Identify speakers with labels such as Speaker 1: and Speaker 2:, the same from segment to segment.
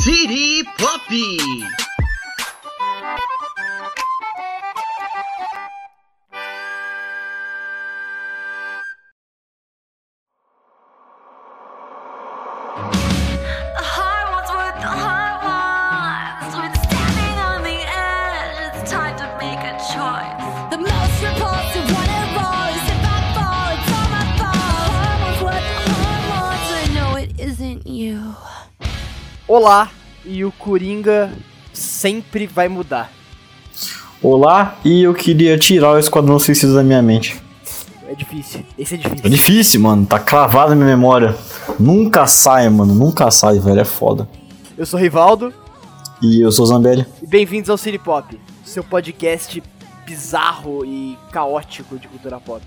Speaker 1: City Pop!
Speaker 2: The heart wants what the heart wants. When standing on the edge, it's time to make a choice. The most repulsive one of all is if I fall, it's all my fault. The heart wants what the heart wants. I know it isn't you.
Speaker 3: Olá, e o Coringa sempre vai mudar.
Speaker 4: Olá, e eu queria tirar o Esquadrão Suicida da minha mente.
Speaker 3: É difícil, esse é
Speaker 4: É
Speaker 3: difícil.
Speaker 4: difícil, mano, tá cravado na minha memória. Nunca sai, mano, nunca sai, velho, é foda.
Speaker 3: Eu sou o Rivaldo,
Speaker 4: E eu sou o Zambelli.
Speaker 3: e bem-vindos ao City Pop, seu podcast bizarro e caótico de cultura pop.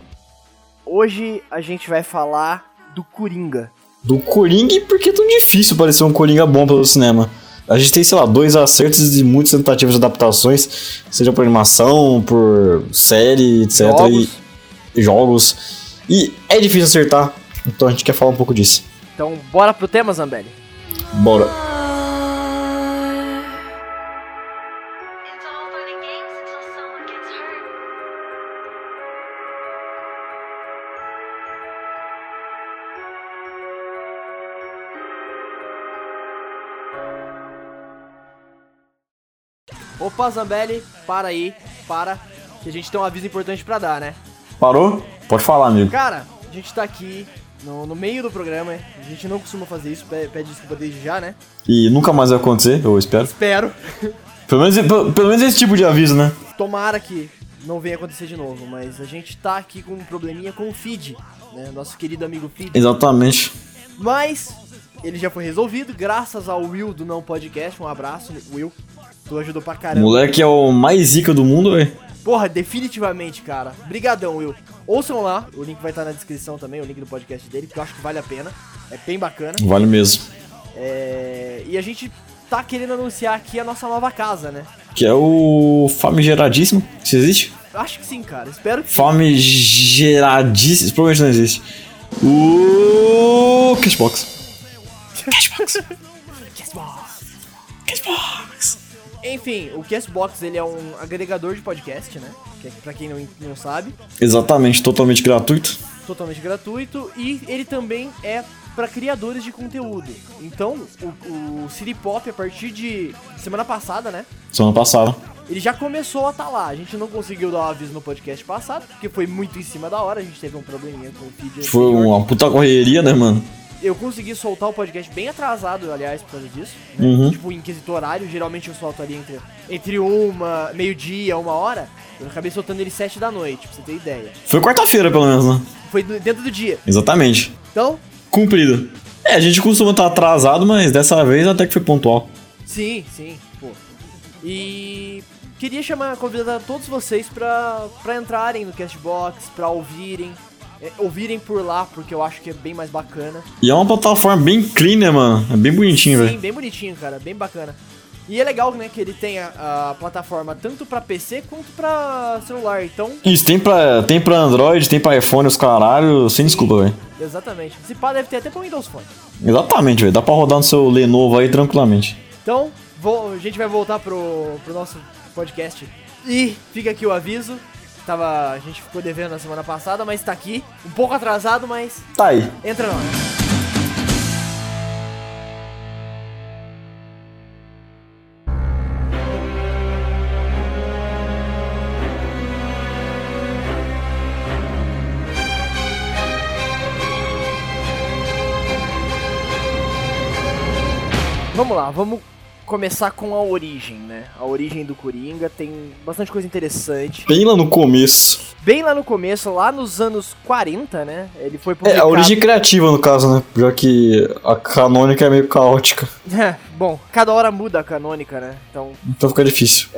Speaker 3: Hoje a gente vai falar do Coringa.
Speaker 4: Do Coringa, e por que é tão difícil parecer um Coringa bom pelo cinema? A gente tem, sei lá, dois acertos e muitas tentativas de adaptações, seja por animação, por série, etc.
Speaker 3: Jogos.
Speaker 4: E jogos. E é difícil acertar, então a gente quer falar um pouco disso.
Speaker 3: Então, bora pro tema, Zambelli.
Speaker 4: Bora.
Speaker 2: It's all fun and games until someone gets hurt.
Speaker 3: Opa, Zambelli, para aí, para, que a gente tem um aviso importante pra dar, né?
Speaker 4: Parou? Pode falar, amigo.
Speaker 3: Cara, a gente tá aqui no, no meio do programa, a gente não costuma fazer isso, pe- pede desculpa desde já, né?
Speaker 4: E nunca mais vai acontecer, eu espero.
Speaker 3: Espero.
Speaker 4: Pelo menos, pelo- pelo menos esse tipo de aviso, né?
Speaker 3: Tomara que não venha acontecer de novo, mas a gente tá aqui com um probleminha com o Feed, né? Nosso querido amigo Feed.
Speaker 4: Exatamente.
Speaker 3: Mas ele já foi resolvido, graças ao Will do Não Podcast. Um abraço, Will. Tu ajudou pra
Speaker 4: O
Speaker 3: caramba.
Speaker 4: moleque é o mais zica do mundo, velho.
Speaker 3: Porra, definitivamente, cara. Brigadão, Will. Ouçam lá, o link vai estar na descrição também, o link do podcast dele, que eu acho que vale a pena. É bem bacana.
Speaker 4: Vale mesmo.
Speaker 3: É, E a gente tá querendo anunciar aqui a nossa nova casa, né?
Speaker 4: Que é o famigeradíssimo. Se existe?
Speaker 3: Acho que sim, cara. Espero que sim.
Speaker 4: Famigeradíssimo. Provavelmente não existe. O Cashbox.
Speaker 3: Enfim, o Castbox ele é um agregador de podcast, né? Que é, pra quem não, não sabe,
Speaker 4: Exatamente, totalmente gratuito.
Speaker 3: totalmente gratuito. E ele também é pra criadores de conteúdo. Então, o, o City Pop, a partir de semana passada, né?
Speaker 4: Semana passada.
Speaker 3: Ele já começou a estar lá. A gente não conseguiu dar o aviso no podcast passado, porque foi muito em cima da hora. A gente teve um probleminha com o feed.
Speaker 4: Foi
Speaker 3: anterior.
Speaker 4: uma puta correria, né, mano?
Speaker 3: Eu consegui soltar o podcast bem atrasado, aliás, por causa disso. né?
Speaker 4: Uhum.
Speaker 3: Tipo, em quesito horário, geralmente eu solto ali entre, entre uma, meio-dia, uma hora. Eu acabei soltando ele sete da noite, pra você ter ideia.
Speaker 4: Foi quarta-feira, pelo menos, né?
Speaker 3: Foi do- dentro do dia.
Speaker 4: Exatamente.
Speaker 3: Então,
Speaker 4: Cumprido. É, a gente costuma estar atrasado, mas dessa vez até que foi pontual.
Speaker 3: sim, sim, pô. E queria chamar, convidar todos vocês pra, pra entrarem no Castbox, pra ouvirem. é, ouvirem por lá, porque eu acho que é bem mais bacana.
Speaker 4: E é uma plataforma bem clean, né, mano? É bem bonitinho, velho.
Speaker 3: Sim, bem bonitinho, cara, bem bacana. E é legal, né, que ele tenha a plataforma tanto pra PC quanto pra celular. Então,
Speaker 4: Isso, tem pra, tem pra Android, tem pra iPhone, os caralho, sem desculpa, velho.
Speaker 3: exatamente. Esse pá deve ter até pra Windows Phone.
Speaker 4: Exatamente, velho. Dá pra rodar no seu Lenovo aí tranquilamente.
Speaker 3: Então, vou- a gente vai voltar pro, pro nosso podcast. E fica aqui o aviso. Tava, a gente ficou devendo na semana passada, mas tá aqui. Um pouco atrasado, mas
Speaker 4: Tá aí.
Speaker 3: entra nós. Vamos lá, vamos começar com a origem, né? A origem do Coringa tem bastante coisa interessante.
Speaker 4: Bem lá no começo.
Speaker 3: Bem lá no começo, lá nos anos 40, né? Ele foi
Speaker 4: É,
Speaker 3: publicado...
Speaker 4: a origem criativa, no caso, né? Já que a canônica é meio caótica.
Speaker 3: É, Bom, cada hora muda a canônica, né? Então,
Speaker 4: Então fica difícil.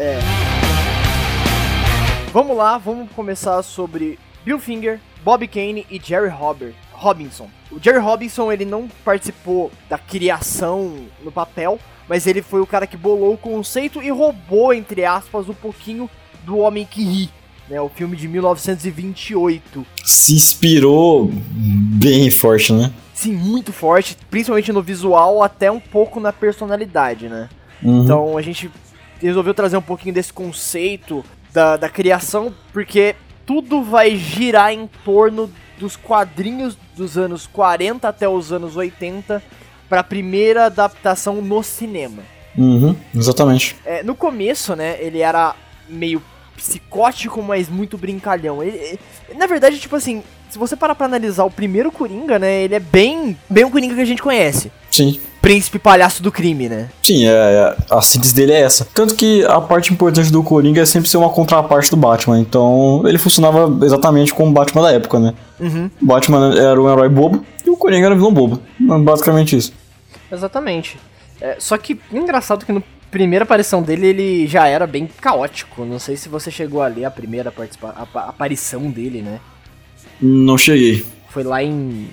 Speaker 3: vamos lá, vamos começar sobre Bill Finger, Bob Kane e Jerry Robert, Robinson. O Jerry Robinson, ele não participou da criação no papel, mas ele foi o cara que bolou o conceito e roubou, entre aspas, um pouquinho do Homem que Ri, né? O filme de 1928.
Speaker 4: Se inspirou bem forte, né?
Speaker 3: sim, muito forte, principalmente no visual, até um pouco na personalidade, né?
Speaker 4: Uhum.
Speaker 3: Então a gente resolveu trazer um pouquinho desse conceito da, da criação, porque tudo vai girar em torno dos quadrinhos dos anos 40 até os anos 80 para a primeira adaptação no cinema.
Speaker 4: Uhum, exatamente.
Speaker 3: É, no começo, né, ele era meio psicótico, mas muito brincalhão. Ele- ele- na verdade, tipo assim, se você parar pra analisar o primeiro Coringa, né, ele é bem, bem o Coringa que a gente conhece.
Speaker 4: Sim.
Speaker 3: Príncipe palhaço do crime, né?
Speaker 4: Sim, é, é- a síntese dele é essa. Tanto que a parte importante do Coringa é sempre ser uma contraparte do Batman. Então, ele funcionava exatamente como o Batman da época, né?
Speaker 3: Uhum.
Speaker 4: O Batman era um herói bobo e o Coringa era um vilão bobo. Basicamente isso.
Speaker 1: Exatamente. É, só que engraçado que na primeira aparição dele ele já era bem caótico. Não sei se você chegou a ler a primeira participa- a pa- aparição dele, né?
Speaker 4: Não cheguei.
Speaker 1: Foi lá em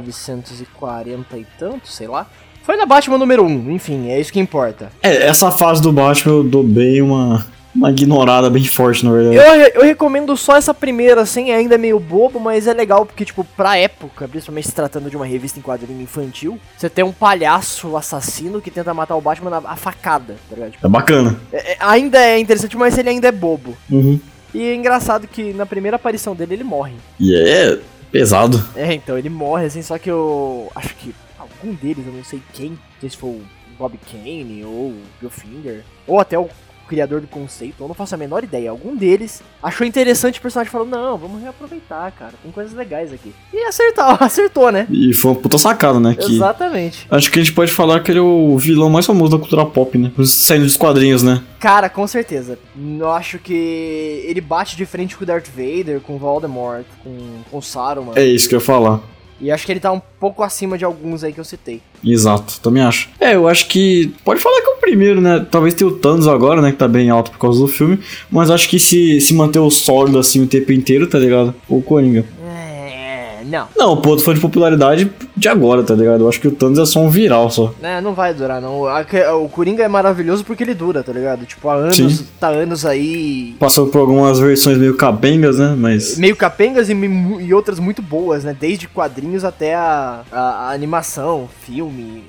Speaker 1: 1940 e tanto, sei lá. Foi na Batman número 1, enfim, é isso que importa.
Speaker 4: É, essa fase do Batman eu dou bem uma, uma ignorada bem forte, na verdade.
Speaker 3: Eu, eu recomendo só essa primeira, assim, ainda é meio bobo, mas é legal porque, tipo, pra época, principalmente se tratando de uma revista em quadrinho infantil, você tem um palhaço assassino que tenta matar o Batman na a facada, tá ligado? Tipo,
Speaker 4: É bacana.
Speaker 3: é- é- ainda é interessante, mas ele ainda é bobo.
Speaker 4: Uhum.
Speaker 3: E é engraçado que na primeira aparição dele ele morre.
Speaker 4: E é pesado.
Speaker 3: É, então ele morre, assim, só que eu. Acho que algum deles, eu não sei quem, não sei se foi o Bob Kane ou o Bill Finger, ou até o criador do conceito, eu não faço a menor ideia. Algum deles achou interessante o personagem e falou: Não, vamos reaproveitar, cara, tem coisas legais aqui. E acertou, acertou, né?
Speaker 4: E foi uma puta sacada, né? Que...
Speaker 3: Exatamente.
Speaker 4: Acho que a gente pode falar que ele é o vilão mais famoso da cultura pop, né? Saindo dos quadrinhos, né?
Speaker 3: Cara, com certeza. Eu acho que ele bate de frente com o Darth Vader, com o Voldemort, com, com o Saruman.
Speaker 4: É isso que eu ia falar.
Speaker 3: E acho que ele tá um pouco acima de alguns aí que eu citei.
Speaker 4: Exato, também acho. É, eu acho que. Pode falar que é o primeiro, né? Talvez tenha o Thanos agora, né? Que tá bem alto por causa do filme. Mas acho que se, se manter o sólido assim o tempo inteiro, tá ligado? O Coringa.
Speaker 3: É, não.
Speaker 4: Não, pô, tô falando de popularidade de agora, tá ligado? Eu acho que o Thanos é só um viral só.
Speaker 3: Né, não vai durar, não. A- que- O Coringa é maravilhoso porque ele dura, tá ligado? Tipo, há anos,
Speaker 4: Sim.
Speaker 3: tá anos aí.
Speaker 4: Passando por algumas versões meio capengas, né? Mas.
Speaker 3: Meio capengas e, mu- e outras muito boas, né? Desde quadrinhos até a, a, a animação, filme,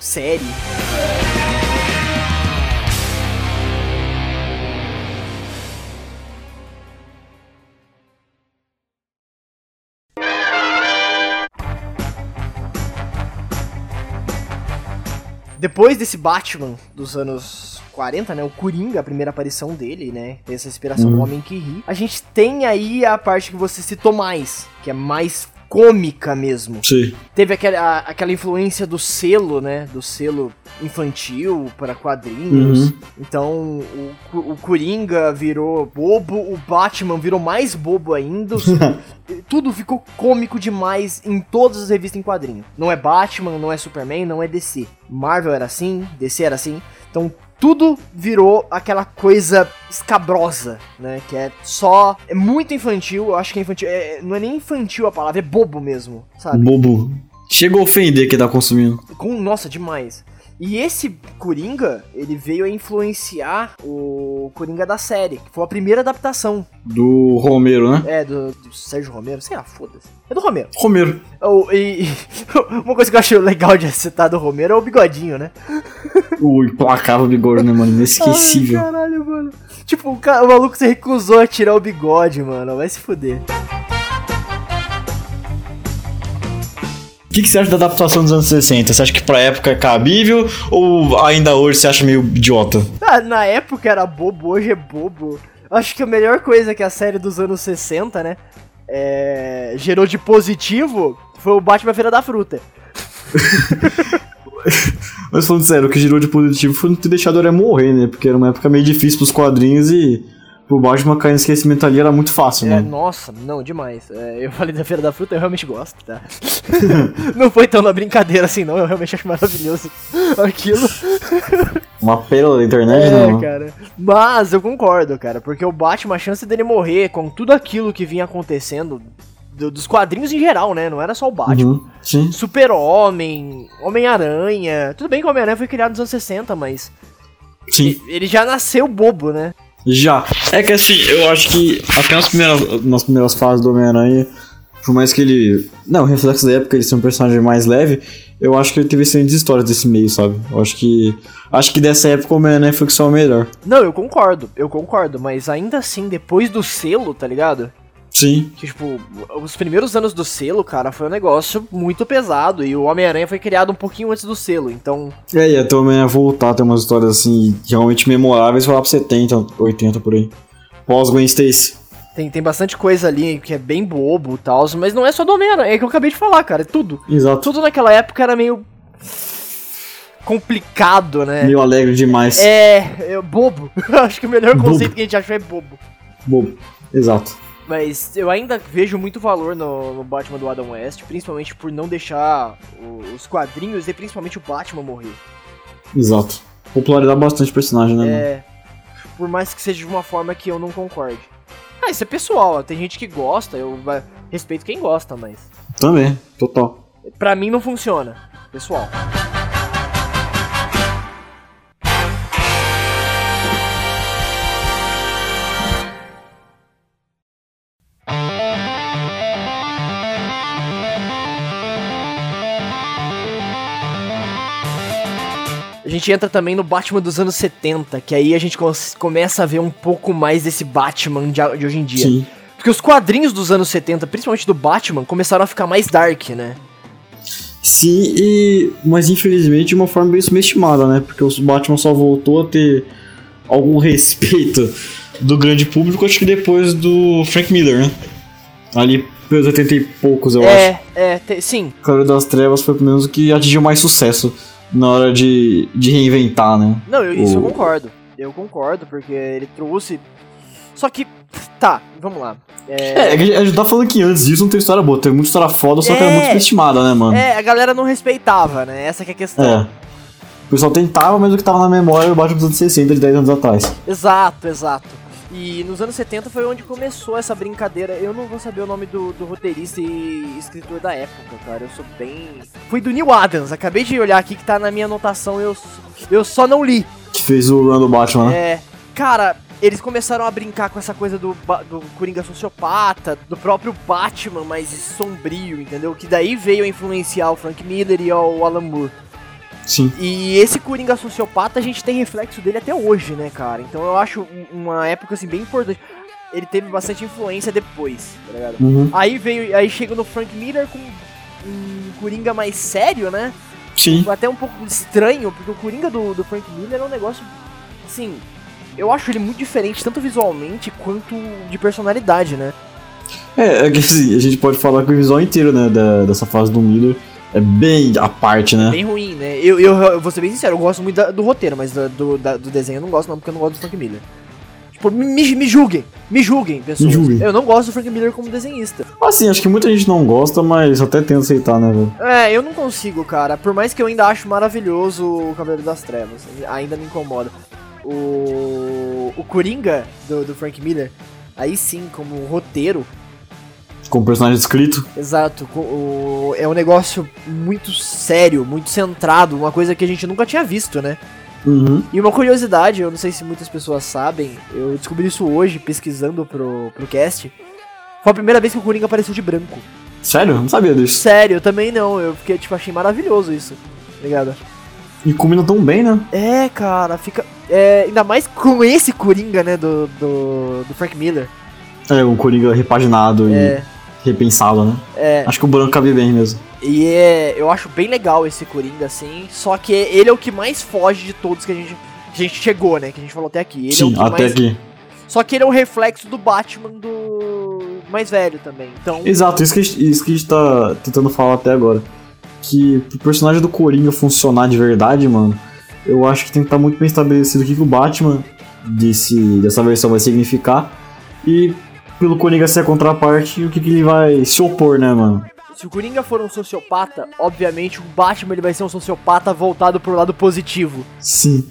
Speaker 3: série. Depois desse Batman dos anos 40, né? O Coringa, a primeira aparição dele, né? Tem essa inspiração do Homem que Ri. A gente tem aí a parte que você citou mais, que é mais cômica mesmo.
Speaker 4: Sim.
Speaker 3: Teve aquela, a- aquela influência do selo, né? Do selo infantil para quadrinhos. Então, o, Cu- o Coringa virou bobo, o Batman virou mais bobo ainda. Tudo ficou cômico demais em todas as revistas em quadrinho. Não é Batman, não é Superman, não é DC. Marvel era assim, DC era assim. Então, tudo virou aquela coisa escabrosa, né? Que é só. É muito infantil, eu acho que é infantil. é- é- não é nem infantil a palavra, é bobo mesmo, sabe?
Speaker 4: Bobo. Chega a ofender quem tá consumindo.
Speaker 3: Com, nossa, demais. E esse Coringa, ele veio a influenciar o Coringa da série, que foi a primeira adaptação.
Speaker 4: Do Romero, né?
Speaker 3: É, do, do Sérgio Romero, sei lá, foda-se. É do Romero.
Speaker 4: Romero.
Speaker 3: Oh, e, uma coisa que eu achei legal de citar do Romero é o bigodinho, né?
Speaker 4: O implacável bigode, né, mano? Inesquecível.
Speaker 3: Ai, caralho, mano. Tipo, o, ca- o maluco se recusou a tirar o bigode, mano. Vai se fuder.
Speaker 4: O que, que você acha da adaptação dos anos 60? Você acha que pra época é cabível ou ainda hoje você acha meio idiota?
Speaker 3: Ah, na época era bobo, hoje é bobo. Acho que a melhor coisa que a série dos anos 60, né? é, gerou de positivo foi o Batman Feira da Fruta.
Speaker 4: Mas falando sério, o que girou de positivo foi não ter deixado ele morrer, né? Porque era uma época meio difícil pros quadrinhos e pro Batman cair no esquecimento ali era muito fácil,
Speaker 3: É,
Speaker 4: né?
Speaker 3: nossa, não, demais. É, eu falei da Feira da Fruta, eu realmente gosto, tá? não foi tão na brincadeira assim, não. Eu realmente acho maravilhoso aquilo.
Speaker 4: Uma pérola da internet, né?
Speaker 3: É,
Speaker 4: mano?
Speaker 3: cara. Mas eu concordo, cara, porque o Batman, a chance dele morrer com tudo aquilo que vinha acontecendo, do- dos quadrinhos em geral, né? Não era só o Batman.
Speaker 4: Uhum, sim.
Speaker 3: Super-Homem, Homem-Aranha. Tudo bem que o Homem-Aranha foi criado nos anos 60, mas
Speaker 4: Sim.
Speaker 3: ele já nasceu bobo, né?
Speaker 4: Já. É que assim, eu acho que até as primeiras, nas primeiras fases do Homem-Aranha Por mais que ele. Não, o reflexo da época ele ser um personagem mais leve, eu acho que ele teve excelentes histórias desse meio, sabe? Eu acho que. Acho que dessa época o Homem-Aranha foi o que saiu melhor.
Speaker 3: Não, eu concordo, eu concordo, mas ainda assim, depois do selo, tá ligado?
Speaker 4: Sim.
Speaker 3: Que, tipo, os primeiros anos do selo, cara, foi um negócio muito pesado. E o Homem-Aranha foi criado um pouquinho antes do selo. Então,
Speaker 4: É, e até o Homem-Aranha voltar a ter umas histórias assim, realmente memoráveis, foi lá pra 70, 80 por aí. Pós-Gwen Stacy.
Speaker 3: tem, tem bastante coisa ali que é bem bobo e tal. Mas não é só do Homem-Aranha, é que eu acabei de falar, cara. É tudo.
Speaker 4: Exato.
Speaker 3: Tudo naquela época era meio. complicado, né?
Speaker 4: Meio alegre demais.
Speaker 3: É, é bobo. Acho que o melhor
Speaker 4: Bobo.
Speaker 3: conceito que a gente achou é bobo.
Speaker 4: Bobo. Exato.
Speaker 3: Mas eu ainda vejo muito valor no, no Batman do Adam West, principalmente por não deixar o- os quadrinhos e principalmente o Batman morrer.
Speaker 4: Exato. Popularizar bastante o personagem, né? mano?
Speaker 3: É, por mais que seja de uma forma que eu não concorde. Ah, isso é pessoal, ó, tem gente que gosta, eu vai- respeito quem gosta, mas
Speaker 4: Também, total.
Speaker 3: pra mim não funciona, pessoal. A gente entra também no Batman dos anos 70, que aí a gente cons- começa a ver um pouco mais desse Batman de, a- de hoje em dia.
Speaker 4: Sim.
Speaker 3: Porque os quadrinhos dos anos 70, principalmente do Batman, começaram a ficar mais dark, né?
Speaker 4: Sim, e... mas infelizmente de uma forma bem subestimada, né? Porque o Batman só voltou a ter algum respeito do grande público, acho que depois do Frank Miller, né? Ali pelos 80 e poucos, eu acho.
Speaker 3: É, é, te- sim.
Speaker 4: Cavaleiro das Trevas foi pelo menos o que atingiu mais sucesso na hora de, de reinventar, né?
Speaker 3: Não, eu- isso eu
Speaker 4: O-
Speaker 3: concordo. Eu concordo, porque ele trouxe. Só que. Tá, vamos lá.
Speaker 4: É, a gente- a gente tá falando que antes disso não teve história boa, teve muita história foda, só que era
Speaker 3: É.
Speaker 4: muito subestimada, né, mano?
Speaker 3: É, a galera não respeitava, né? Essa que é a questão.
Speaker 4: É. O pessoal tentava, mas o que tava na memória era o Batman dos anos 60, de 10 anos atrás.
Speaker 3: Exato, exato. E nos anos 70 foi onde começou essa brincadeira. Eu não vou saber o nome do, do roteirista e escritor da época, cara. Eu sou bem. Foi do Neil Adams. Acabei de olhar aqui que tá na minha anotação. Eu, eu só não li.
Speaker 4: Que fez o run do Batman, né?
Speaker 3: É, cara, eles começaram a brincar com essa coisa do, ba- do Coringa sociopata, do próprio Batman, mas sombrio, entendeu? Que daí veio a influenciar o Frank Miller e o Alan Moore. É.
Speaker 4: Sim.
Speaker 3: E esse Coringa sociopata, a gente tem reflexo dele até hoje, né, cara? Então eu acho um- uma época, assim, bem importante. Ele teve bastante influência depois, tá ligado?
Speaker 4: Uhum.
Speaker 3: Aí veio, aí chega no Frank Miller com um Coringa mais sério, né?
Speaker 4: Sim.
Speaker 3: até um pouco estranho, porque o Coringa do, do Frank Miller é um negócio, assim, eu acho ele muito diferente, tanto visualmente quanto de personalidade, né?
Speaker 4: É, é que assim, a gente pode falar que o visual inteiro, né, da- dessa fase do Miller é bem à parte, né?
Speaker 3: Bem ruim, né? Eu, eu, eu vou ser bem sincero, eu gosto muito da- do roteiro, mas da- do, da- do desenho eu não gosto não, porque eu não gosto do Frank Miller. Tipo, me, me, me julguem, me julguem, pessoas.
Speaker 4: Me julguem.
Speaker 3: Eu não gosto do Frank Miller como desenhista.
Speaker 4: Assim, acho que muita gente não gosta, mas até tenta aceitar, né, velho?
Speaker 3: É, eu não consigo, cara. Por mais que eu ainda acho maravilhoso o Cavaleiro das Trevas, ainda me incomoda. O, o Coringa do, do Frank Miller, aí sim, como roteiro,
Speaker 4: Com o personagem escrito.
Speaker 3: exato, co- o- é um negócio muito sério, muito centrado, uma coisa que a gente nunca tinha visto, né?
Speaker 4: Uhum.
Speaker 3: E uma curiosidade, eu não sei se muitas pessoas sabem, eu descobri isso hoje pesquisando pro, pro cast. Foi a primeira vez que o Coringa apareceu de branco.
Speaker 4: Sério? Não sabia disso.
Speaker 3: Sério, eu também não. Eu fiquei, tipo, achei maravilhoso isso. tá Ligado?
Speaker 4: E combina tão bem, né?
Speaker 3: É, cara, fica. É, ainda mais com esse Coringa, né, do, do, do Frank Miller.
Speaker 4: É, o Coringa repaginado
Speaker 3: É.
Speaker 4: e repensado, né?
Speaker 3: É.
Speaker 4: Acho que o branco cabe bem mesmo.
Speaker 3: E é, eu acho bem legal esse Coringa, assim. Só que ele é o que mais foge de todos que a gente, que a gente chegou, né? Que a gente falou até aqui. Ele é o
Speaker 4: Sim,
Speaker 3: que
Speaker 4: até
Speaker 3: mais-
Speaker 4: aqui.
Speaker 3: Só que ele é o reflexo do Batman do. mais velho também. Então.
Speaker 4: Exato, isso que, a gente- isso que a gente tá tentando falar até agora. Que pro personagem do Coringa funcionar de verdade, mano, eu acho que tem que estar muito bem estabelecido o que, que o Batman desse, dessa versão vai significar. E pelo Coringa ser a contraparte, o que, que ele vai se opor, né, mano?
Speaker 3: Se o Coringa for um sociopata, obviamente o Batman ele vai ser um sociopata voltado pro lado positivo.
Speaker 4: Sim.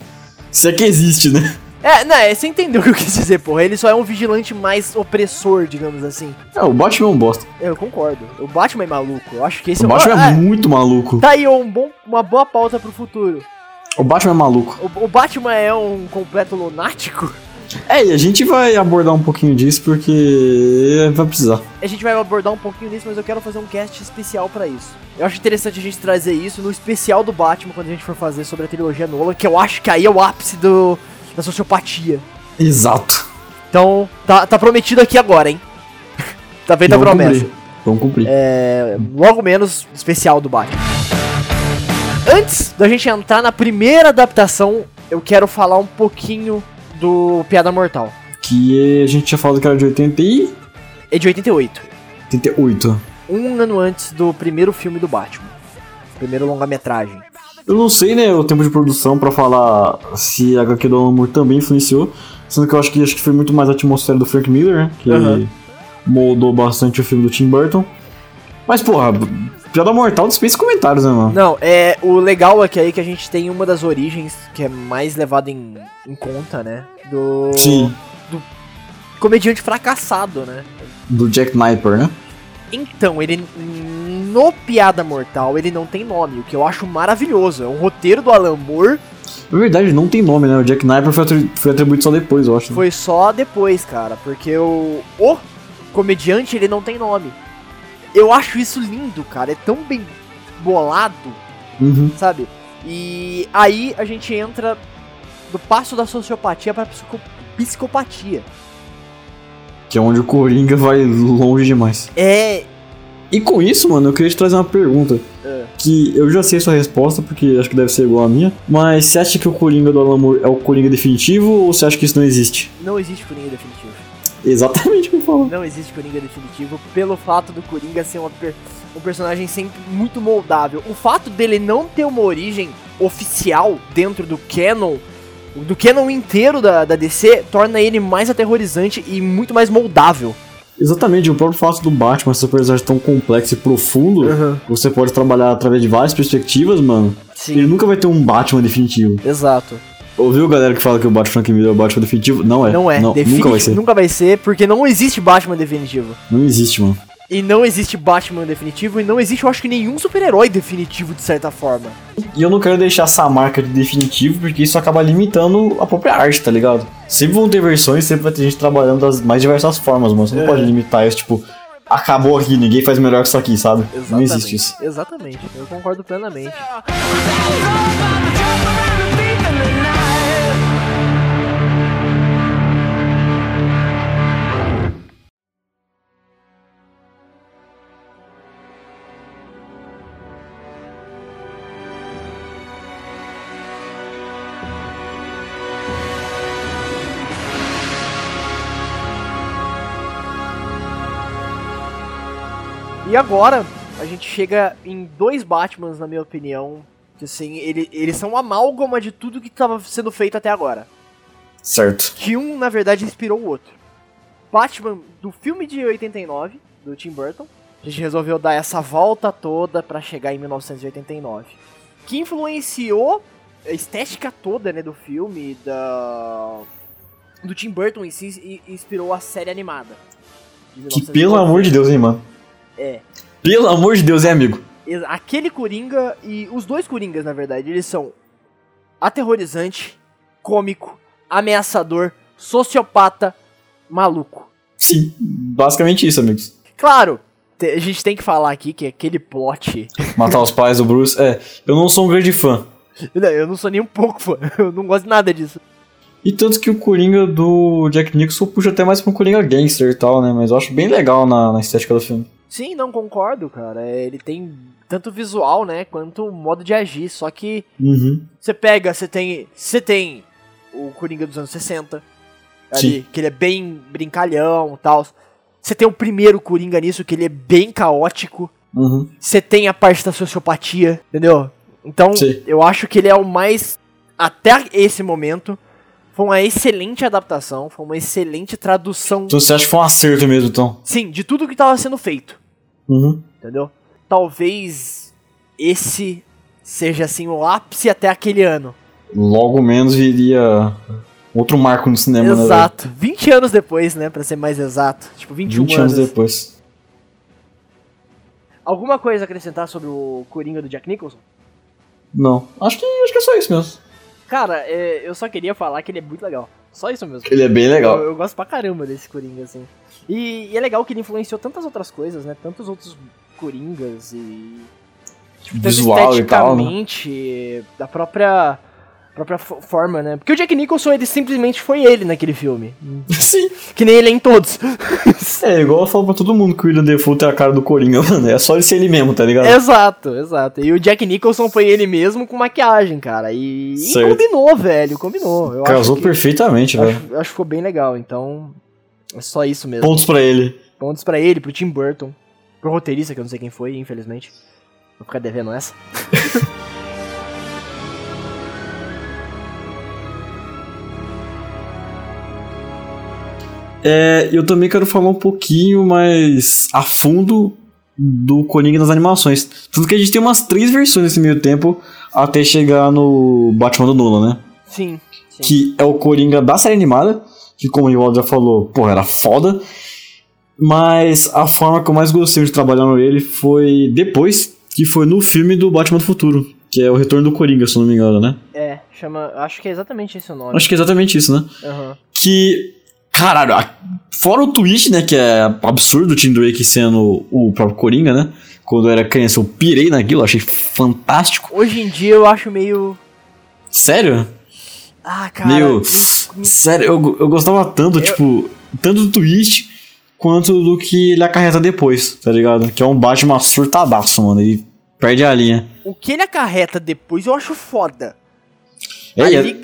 Speaker 4: Se é que existe, né?
Speaker 3: É, não, é, você entendeu o que eu quis dizer, porra. Ele só é um vigilante mais opressor, digamos assim.
Speaker 4: É, o Batman é um bosta.
Speaker 3: Eu concordo. O Batman é maluco. Eu acho que esse
Speaker 4: O Batman
Speaker 3: Ah,
Speaker 4: é muito maluco.
Speaker 3: Tá aí um bom, uma boa pauta pro futuro.
Speaker 4: O Batman é maluco.
Speaker 3: O, o Batman é um completo lunático?
Speaker 4: É, e a gente vai abordar um pouquinho disso porque vai precisar.
Speaker 3: A gente vai abordar um pouquinho disso, mas eu quero fazer um cast especial pra isso. Eu acho interessante a gente trazer isso no especial do Batman quando a gente for fazer sobre a trilogia Nolan, que eu acho que aí é o ápice do, da sociopatia.
Speaker 4: Exato.
Speaker 3: Então, tá, tá prometido aqui agora, hein? tá feita a
Speaker 4: Vamos
Speaker 3: promessa.
Speaker 4: cumprir. Vamos cumprir.
Speaker 3: É, logo menos especial do Batman. Antes da gente entrar na primeira adaptação, eu quero falar um pouquinho do Piada Mortal.
Speaker 4: Que a gente tinha falado que era de 80 e...
Speaker 3: É de 88.
Speaker 4: 88.
Speaker 3: um ano antes do primeiro filme do Batman. Primeiro longa-metragem.
Speaker 4: Eu não sei, né, o tempo de produção pra falar se a HQ do Alan Moore também influenciou, sendo que eu acho que acho que foi muito mais a atmosfera do Frank Miller, né, que
Speaker 3: Aham.
Speaker 4: moldou bastante o filme do Tim Burton. Mas porra, piada mortal dispensa comentários, né, mano?
Speaker 3: Não, é o legal é que aí que a gente tem uma das origens que é mais levada em, em conta, né? Do
Speaker 4: Sim,
Speaker 3: comediante fracassado, né?
Speaker 4: do Jack Sniper, né?
Speaker 3: Então, ele no Piada Mortal, ele não tem nome, o que eu acho maravilhoso. É um roteiro do Alan Moore,
Speaker 4: Na verdade, não tem nome, né? O Jack Sniper foi, atri- foi atribuído só depois, eu acho. né?
Speaker 3: foi só depois, cara, porque o o comediante ele não tem nome. Eu acho isso lindo, cara, é tão bem bolado.
Speaker 4: Uhum.
Speaker 3: sabe? E aí a gente entra do passo da sociopatia pra psico- psicopatia.
Speaker 4: Que é onde o Coringa vai longe demais.
Speaker 3: É.
Speaker 4: E com isso, mano, eu queria te trazer uma pergunta.
Speaker 3: É.
Speaker 4: Que eu já sei a sua resposta, porque acho que deve ser igual a minha. Mas você acha que o Coringa do Alan Moore é o Coringa definitivo ou você acha que isso não existe?
Speaker 3: Não existe Coringa definitivo.
Speaker 4: Exatamente o que eu falo.
Speaker 3: Não existe Coringa definitivo pelo fato do Coringa ser uma per- um personagem sempre muito moldável. O fato dele não ter uma origem oficial dentro do canon, do canon inteiro da, da DC, torna ele mais aterrorizante e muito mais moldável.
Speaker 4: Exatamente, o próprio fato do Batman ser um personagem tão complexo e profundo,
Speaker 3: Uhum.
Speaker 4: você pode trabalhar através de várias perspectivas, mano. Ele
Speaker 3: Sim.
Speaker 4: nunca vai ter um Batman definitivo.
Speaker 3: Exato.
Speaker 4: Ouviu a galera que fala que o Batman Frank Miller é o Batman definitivo? Não é.
Speaker 3: Não é. Definitivo
Speaker 4: nunca vai ser.
Speaker 3: nunca vai ser, porque não existe Batman definitivo.
Speaker 4: Não existe, mano.
Speaker 3: E não existe Batman definitivo, e não existe, eu acho que nenhum super-herói definitivo, de certa forma.
Speaker 4: E eu não quero deixar essa marca de definitivo, porque isso acaba limitando a própria arte, tá ligado? Sempre vão ter versões, sempre vai ter gente trabalhando das mais diversas formas, mano. Você não pode limitar isso, tipo, acabou aqui, ninguém faz melhor que isso aqui, sabe? Não existe isso.
Speaker 3: Exatamente, eu concordo plenamente. E agora, a gente chega em dois Batmans, na minha opinião, que assim, ele, eles são uma amálgama de tudo que estava sendo feito até agora.
Speaker 4: Certo.
Speaker 3: Que um, na verdade, inspirou o outro. Batman, do filme de 89, do Tim Burton, a gente resolveu dar essa volta toda pra chegar em 1989. Que influenciou a estética toda, né, do filme, da... do Tim Burton em si, e inspirou a série animada. de
Speaker 4: Que pelo amor de Deus, hein, mano.
Speaker 3: É.
Speaker 4: Pelo amor de Deus, hein, amigo.
Speaker 3: Ex- Aquele Coringa e os dois Coringas, na verdade, eles são aterrorizante, cômico, ameaçador, sociopata, maluco.
Speaker 4: Sim, basicamente isso, amigos.
Speaker 3: Claro, te- a gente tem que falar aqui que aquele plot.
Speaker 4: Matar os pais do Bruce. É, eu não sou um grande fã.
Speaker 3: Não, Eu não sou nem um pouco fã, eu não gosto de nada disso.
Speaker 4: E tanto que o Coringa do Jack Nicholson puxa até mais pra um Coringa gangster e tal, né? Mas eu acho bem legal na, na estética do filme.
Speaker 3: Sim, não concordo, cara. É, Ele tem tanto visual, né, quanto modo de agir. Só que
Speaker 4: Uhum.
Speaker 3: você pega, você tem, você tem o Coringa dos anos 60 ali, que ele é bem brincalhão, e tal. Você tem o primeiro Coringa nisso que ele é bem caótico.
Speaker 4: Uhum.
Speaker 3: Você tem a parte da sociopatia, entendeu? Então,
Speaker 4: Sim.
Speaker 3: eu acho que ele é o mais. Até esse momento, foi uma excelente adaptação, foi uma excelente tradução,
Speaker 4: Então você acha que foi um acerto mesmo, então?
Speaker 3: sim, de tudo que estava sendo feito,
Speaker 4: Uhum.
Speaker 3: entendeu? Talvez esse seja, assim, o ápice até aquele ano.
Speaker 4: Logo menos viria outro marco no cinema, né? velho?
Speaker 3: exato. 20 anos depois, né, pra ser mais exato. Tipo, 21
Speaker 4: 20
Speaker 3: anos.
Speaker 4: anos depois.
Speaker 3: Alguma coisa a acrescentar sobre o Coringa do Jack Nicholson?
Speaker 4: Não. Acho que, acho que é só isso mesmo.
Speaker 3: Cara, é, eu só queria falar que ele é muito legal. Só isso mesmo.
Speaker 4: Ele é bem
Speaker 3: Eu,
Speaker 4: legal.
Speaker 3: eu gosto pra caramba desse Coringa, assim. E, e é legal que ele influenciou tantas outras coisas, né? Tantos outros Coringas e. Tipo, tanto
Speaker 4: Visual e tal, né?
Speaker 3: esteticamente, da própria. própria fo- forma, né? Porque o Jack Nicholson, ele simplesmente foi ele naquele filme.
Speaker 4: Sim.
Speaker 3: Que nem ele é em todos.
Speaker 4: É, igual eu falo pra todo mundo que o William Defoe tem a cara do Coringa, mano. É só ele ser ele mesmo, tá ligado?
Speaker 3: exato, exato. E o Jack Nicholson foi ele mesmo com maquiagem, cara. E, e
Speaker 4: Certo.
Speaker 3: combinou, velho. Combinou. Eu
Speaker 4: Casou né?
Speaker 3: acho que,
Speaker 4: perfeitamente,
Speaker 3: eu
Speaker 4: velho.
Speaker 3: acho, eu acho que ficou bem legal, então. É só isso mesmo.
Speaker 4: Pontos pra ele.
Speaker 3: Pontos pra ele, pro Tim Burton, pro roteirista, que eu não sei quem foi, infelizmente. Vou ficar devendo essa.
Speaker 4: É, eu também quero falar um pouquinho mais a fundo do Coringa nas animações. Tanto que a gente tem umas três versões nesse meio tempo até chegar no Batman do Nolan, né?
Speaker 3: Sim. Sim.
Speaker 4: que é o Coringa da série animada, que como o Iwald já falou, porra, era foda. Mas a forma que eu mais gostei de trabalhar no ele foi depois, que foi no filme do Batman do Futuro, que é o Retorno do Coringa, se eu não me engano, né?
Speaker 3: É, chama. Acho que é exatamente esse o nome.
Speaker 4: Acho que é exatamente isso, né?
Speaker 3: Aham.
Speaker 4: Que, caralho, a- fora o twist, né, que é absurdo o Tim Drake sendo o próprio Coringa, né? Quando eu era criança eu pirei naquilo, achei fantástico.
Speaker 3: Hoje em dia eu acho meio.
Speaker 4: Sério?
Speaker 3: Ah, cara.
Speaker 4: Meio. Sério, eu, eu gostava tanto, tipo, tanto do twist quanto do que ele acarreta depois, tá ligado? Que é um Batman surtadaço, mano. Ele perde a linha.
Speaker 3: O que ele acarreta depois eu acho foda.
Speaker 4: É,
Speaker 3: A
Speaker 4: e é, e é pe-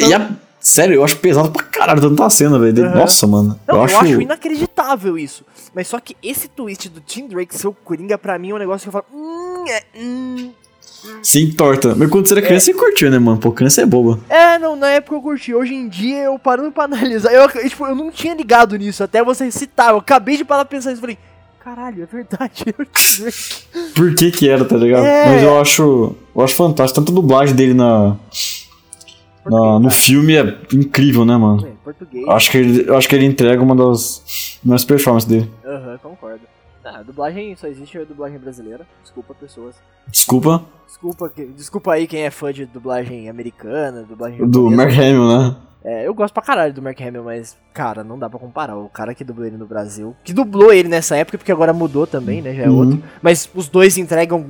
Speaker 3: ligação-
Speaker 4: e é- sério, eu acho pesado pra caralho tanta cena, velho. dele.
Speaker 3: Aham.
Speaker 4: Nossa, mano.
Speaker 3: Não,
Speaker 4: eu acho.
Speaker 3: inacreditável isso. Mas só que esse twist do Tim Drake ser o Coringa, pra mim, é um negócio que eu falo. Hum, é, hum.
Speaker 4: Sim, torta. Mas quando você era criança, você curtiu, né, mano? Pô, criança é boba.
Speaker 3: É, não, na época eu curti. Hoje em dia, eu parando pra analisar, eu, ac- tipo, eu não tinha ligado nisso, até você citar. Eu acabei de parar pra pensar isso e falei, caralho, é verdade. eu tinha isso."
Speaker 4: Por que que era, tá ligado?
Speaker 3: É.
Speaker 4: Mas eu acho. Eu acho fantástico. Tanto a dublagem dele na. na- no filme é incrível, né, mano?
Speaker 3: É, português,
Speaker 4: Eu acho que ele, eu acho que ele entrega uma das melhores performances dele.
Speaker 3: aham, concordo. Ah, a dublagem só existe a dublagem brasileira. Desculpa, pessoas.
Speaker 4: Desculpa,
Speaker 3: Desculpa, que- desculpa aí quem é fã de dublagem americana, dublagem
Speaker 4: do
Speaker 3: japonesa.
Speaker 4: Mark Hamill, né?
Speaker 3: É, eu gosto pra caralho do Mark Hamill, mas, cara, não dá pra comparar. O cara que dublou ele no Brasil, que dublou ele nessa época, porque agora mudou também, né, já é outro.
Speaker 4: Uhum.
Speaker 3: Mas os dois entregam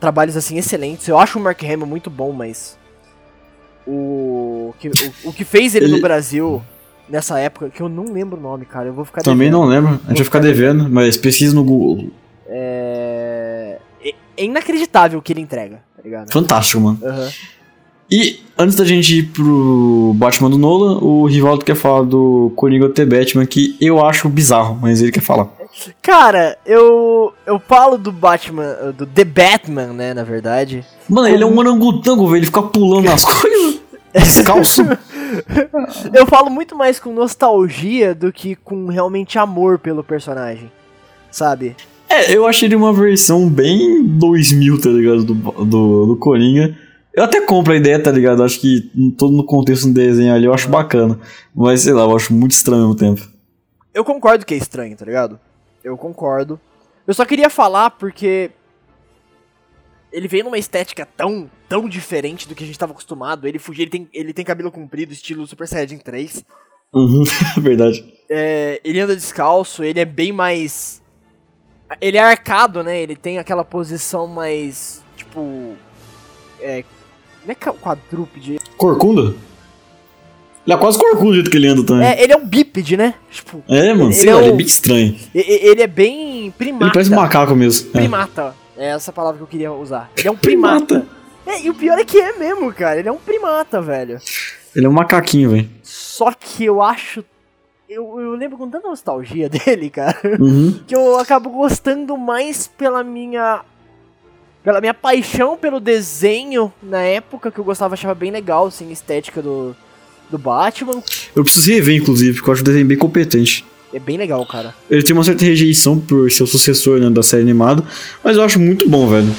Speaker 3: trabalhos assim excelentes. Eu acho o Mark Hamill muito bom, mas o que, o, o que fez ele,
Speaker 4: Ele-
Speaker 3: no Brasil nessa época, que eu não lembro o nome, cara. Eu vou ficar
Speaker 4: Também
Speaker 3: devendo.
Speaker 4: não lembro, a gente vai ficar devendo, mas pesquisa no Google.
Speaker 3: É... é- é inacreditável o que ele entrega, tá ligado?
Speaker 4: Fantástico, mano.
Speaker 3: Aham.
Speaker 4: E antes da gente ir pro Batman do Nolan, o Rivaldo quer falar do Coringa do The Batman, que eu acho bizarro, mas ele quer falar.
Speaker 3: Cara, eu eu falo do Batman, do The Batman, né, na verdade.
Speaker 4: Mano, ele é
Speaker 3: Uhum.
Speaker 4: um orangotango, velho, ele fica pulando nas coisas. Descalço.
Speaker 3: Eu falo muito mais com nostalgia do que com realmente amor pelo personagem, sabe?
Speaker 4: É, eu achei ele uma versão bem 2000, tá ligado? Do, do, do Coringa. Eu até compro a ideia, tá ligado? Acho que em todo no contexto do desenho ali eu acho bacana. Mas sei lá, eu acho muito estranho ao mesmo tempo.
Speaker 3: Eu concordo que é estranho, tá ligado? Eu concordo. Eu só queria falar porque ele veio numa estética tão, tão diferente do que a gente tava acostumado. Ele fugiu, ele tem, ele tem cabelo comprido, estilo Super Saiyajin 3.
Speaker 4: Uhum, verdade.
Speaker 3: É, ele anda descalço, ele é bem mais. Ele é arcado, né? Ele tem aquela posição mais. Tipo. É. Não é ca- quadrúpede.
Speaker 4: Corcunda? Ele é quase corcunda do jeito que ele anda também. É,
Speaker 3: É, ele é um bípede, né? Tipo,
Speaker 4: mano,
Speaker 3: ele
Speaker 4: sei
Speaker 3: é
Speaker 4: lá, ele é
Speaker 3: um-
Speaker 4: bem estranho.
Speaker 3: e- e- ele é bem primata.
Speaker 4: Ele parece um macaco mesmo. É.
Speaker 3: Primata. É essa palavra que eu queria usar. Ele é um primata. É, e o pior é que é mesmo, cara. Ele é um primata, velho.
Speaker 4: Ele é um macaquinho, velho.
Speaker 3: Só que eu acho. Eu, eu lembro com tanta nostalgia dele, cara,
Speaker 4: Uhum.
Speaker 3: que eu acabo gostando mais pela minha. Pela minha paixão pelo desenho na época, que eu gostava, achava bem legal, assim, a estética do, do Batman.
Speaker 4: Eu preciso rever, inclusive, porque eu acho o desenho bem competente.
Speaker 3: É bem legal, cara.
Speaker 4: Ele tem uma certa rejeição por ser o sucessor né, da série animada, mas eu acho muito bom, velho.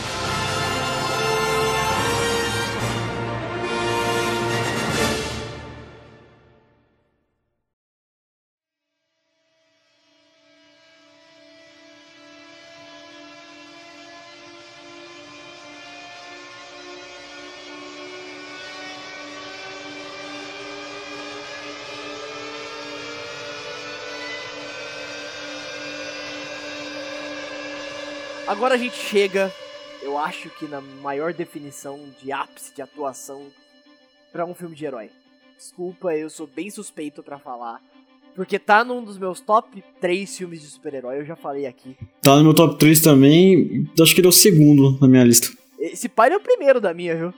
Speaker 3: Agora a gente chega, eu acho que na maior definição de ápice de atuação pra um filme de herói. Desculpa, eu sou bem suspeito pra falar, porque tá num dos meus top 3 filmes de super-herói, eu já falei aqui.
Speaker 4: Tá no meu top 3 também. Acho que ele é o segundo na minha lista.
Speaker 3: Esse pai é o primeiro da minha, viu?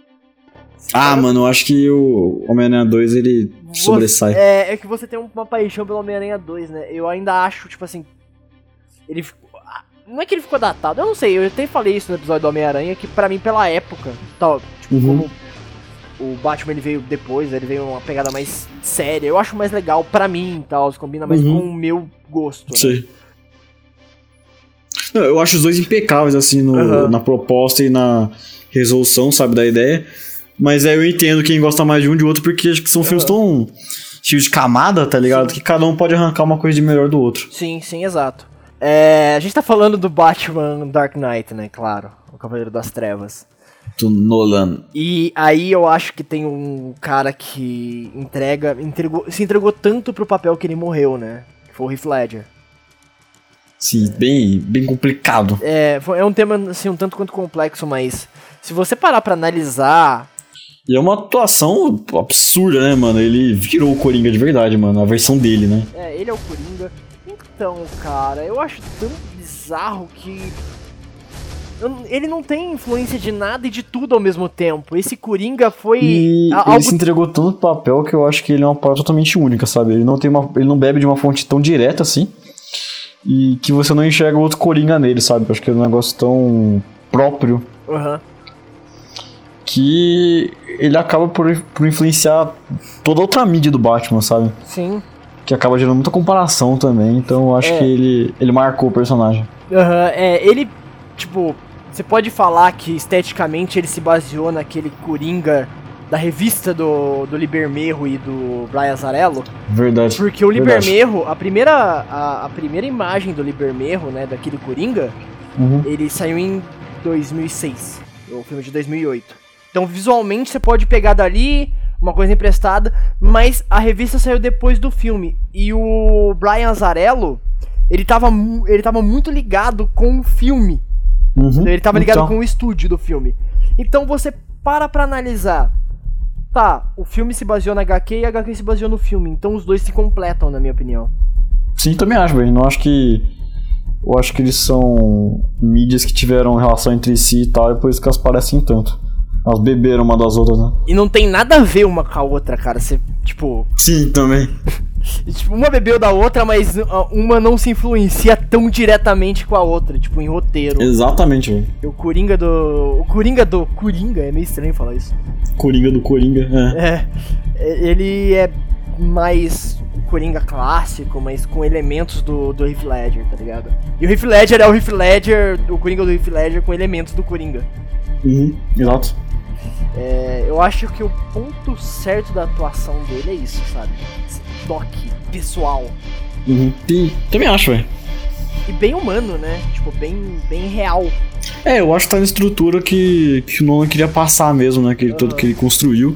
Speaker 3: Esse
Speaker 4: Ah,
Speaker 3: pai é o-
Speaker 4: mano, eu acho que o Homem-Aranha 2 ele
Speaker 3: Você-
Speaker 4: sobressai.
Speaker 3: É, é que você tem uma paixão pelo Homem-Aranha 2, né? Eu ainda acho, tipo assim. Ele ficou. ah, Não é que ele ficou datado, eu não sei, eu até falei isso no episódio do Homem-Aranha, que pra mim, pela época, tal, tipo,
Speaker 4: Uhum.
Speaker 3: como o Batman ele veio depois, ele veio uma pegada mais séria, eu acho mais legal pra mim e tal, combina mais
Speaker 4: Uhum.
Speaker 3: com o meu gosto. né?
Speaker 4: Sei. Não, eu acho os dois impecáveis, assim, no-
Speaker 3: Aham.
Speaker 4: na proposta e na resolução, sabe, da ideia. Mas aí eu entendo quem gosta mais de um de outro, porque acho que são filmes tão cheios de camada, tá ligado? Que cada um pode arrancar uma coisa de melhor do outro.
Speaker 3: Sim, sim, exato. É, a gente tá falando do Batman Dark Knight, né? Claro, o Cavaleiro das Trevas.
Speaker 4: Do Nolan.
Speaker 3: E aí eu acho que tem um cara que entrega, entregou- se entregou tanto pro papel que ele morreu, né? Que foi o Heath Ledger.
Speaker 4: Sim, bem, bem complicado.
Speaker 3: É, foi- é um tema, assim, um tanto quanto complexo, mas se você parar pra analisar...
Speaker 4: E é uma atuação absurda, né, mano? Ele virou o Coringa de verdade, mano. A versão dele, né?
Speaker 3: É, ele é o Coringa. Então, cara, eu acho tão bizarro que... eu não- ele não tem influência de nada e de tudo ao mesmo tempo. Esse Coringa foi
Speaker 4: E
Speaker 3: a-
Speaker 4: ele
Speaker 3: algo
Speaker 4: se entregou tanto pro papel que eu acho que ele é uma parada totalmente única, sabe? Ele não, tem uma, ele não bebe de uma fonte tão direta assim. E que você não enxerga outro Coringa nele, sabe? Eu acho que é um negócio tão próprio
Speaker 3: Aham.
Speaker 4: que ele acaba por, por influenciar toda a outra mídia do Batman, sabe?
Speaker 3: Sim.
Speaker 4: Que acaba gerando muita comparação também. Então eu acho
Speaker 3: É.
Speaker 4: que ele, ele marcou o personagem.
Speaker 3: Aham, é, ele, tipo, você pode falar que esteticamente ele se baseou naquele Coringa da revista do, do Libermerro e do Brian Azarello,
Speaker 4: Verdade.
Speaker 3: porque o
Speaker 4: Verdade.
Speaker 3: Libermerro, a primeira, a, a primeira imagem do Libermerro, né, daquele Coringa,
Speaker 4: Uhum.
Speaker 3: ele saiu em 2006, o filme de 2008. Então, visualmente, você pode pegar dali uma coisa emprestada, mas a revista saiu depois do filme. E o Brian Azarello, ele tava, mu- ele tava muito ligado com o filme.
Speaker 4: Uhum.
Speaker 3: Ele tava ligado
Speaker 4: Então,
Speaker 3: com o estúdio do filme. Então você para pra analisar. Tá, o filme se baseou na HQ e a HQ se baseou no filme. Então os dois se completam, na minha opinião.
Speaker 4: Sim, também acho, velho. Não acho que. Eu acho que eles são mídias que tiveram relação entre si e tal, e por isso que elas parecem tanto. Elas beberam uma das outras, né?
Speaker 3: E não tem nada a ver uma com a outra, cara. Você, tipo,
Speaker 4: Sim, também.
Speaker 3: Tipo, uma bebeu da outra, mas uh, uma não se influencia tão diretamente com a outra, tipo, em roteiro.
Speaker 4: Exatamente, velho.
Speaker 3: O Coringa do. O Coringa do. Coringa, é meio estranho falar isso.
Speaker 4: Coringa do Coringa, é.
Speaker 3: É. Ele é mais Coringa clássico, mas com elementos do, do Heath Ledger, tá ligado? E o Heath Ledger é o Heath Ledger, o Coringa do Heath Ledger com elementos do Coringa.
Speaker 4: Uhum, exato.
Speaker 3: É, eu acho que o ponto certo da atuação dele é isso, sabe? Esse toque pessoal.
Speaker 4: Uhum. E também acho, velho.
Speaker 3: E bem humano, né? Tipo, bem, bem real.
Speaker 4: É, eu acho que tá na estrutura que, que o Nolan queria passar mesmo, né? Que ele, todo que ele construiu.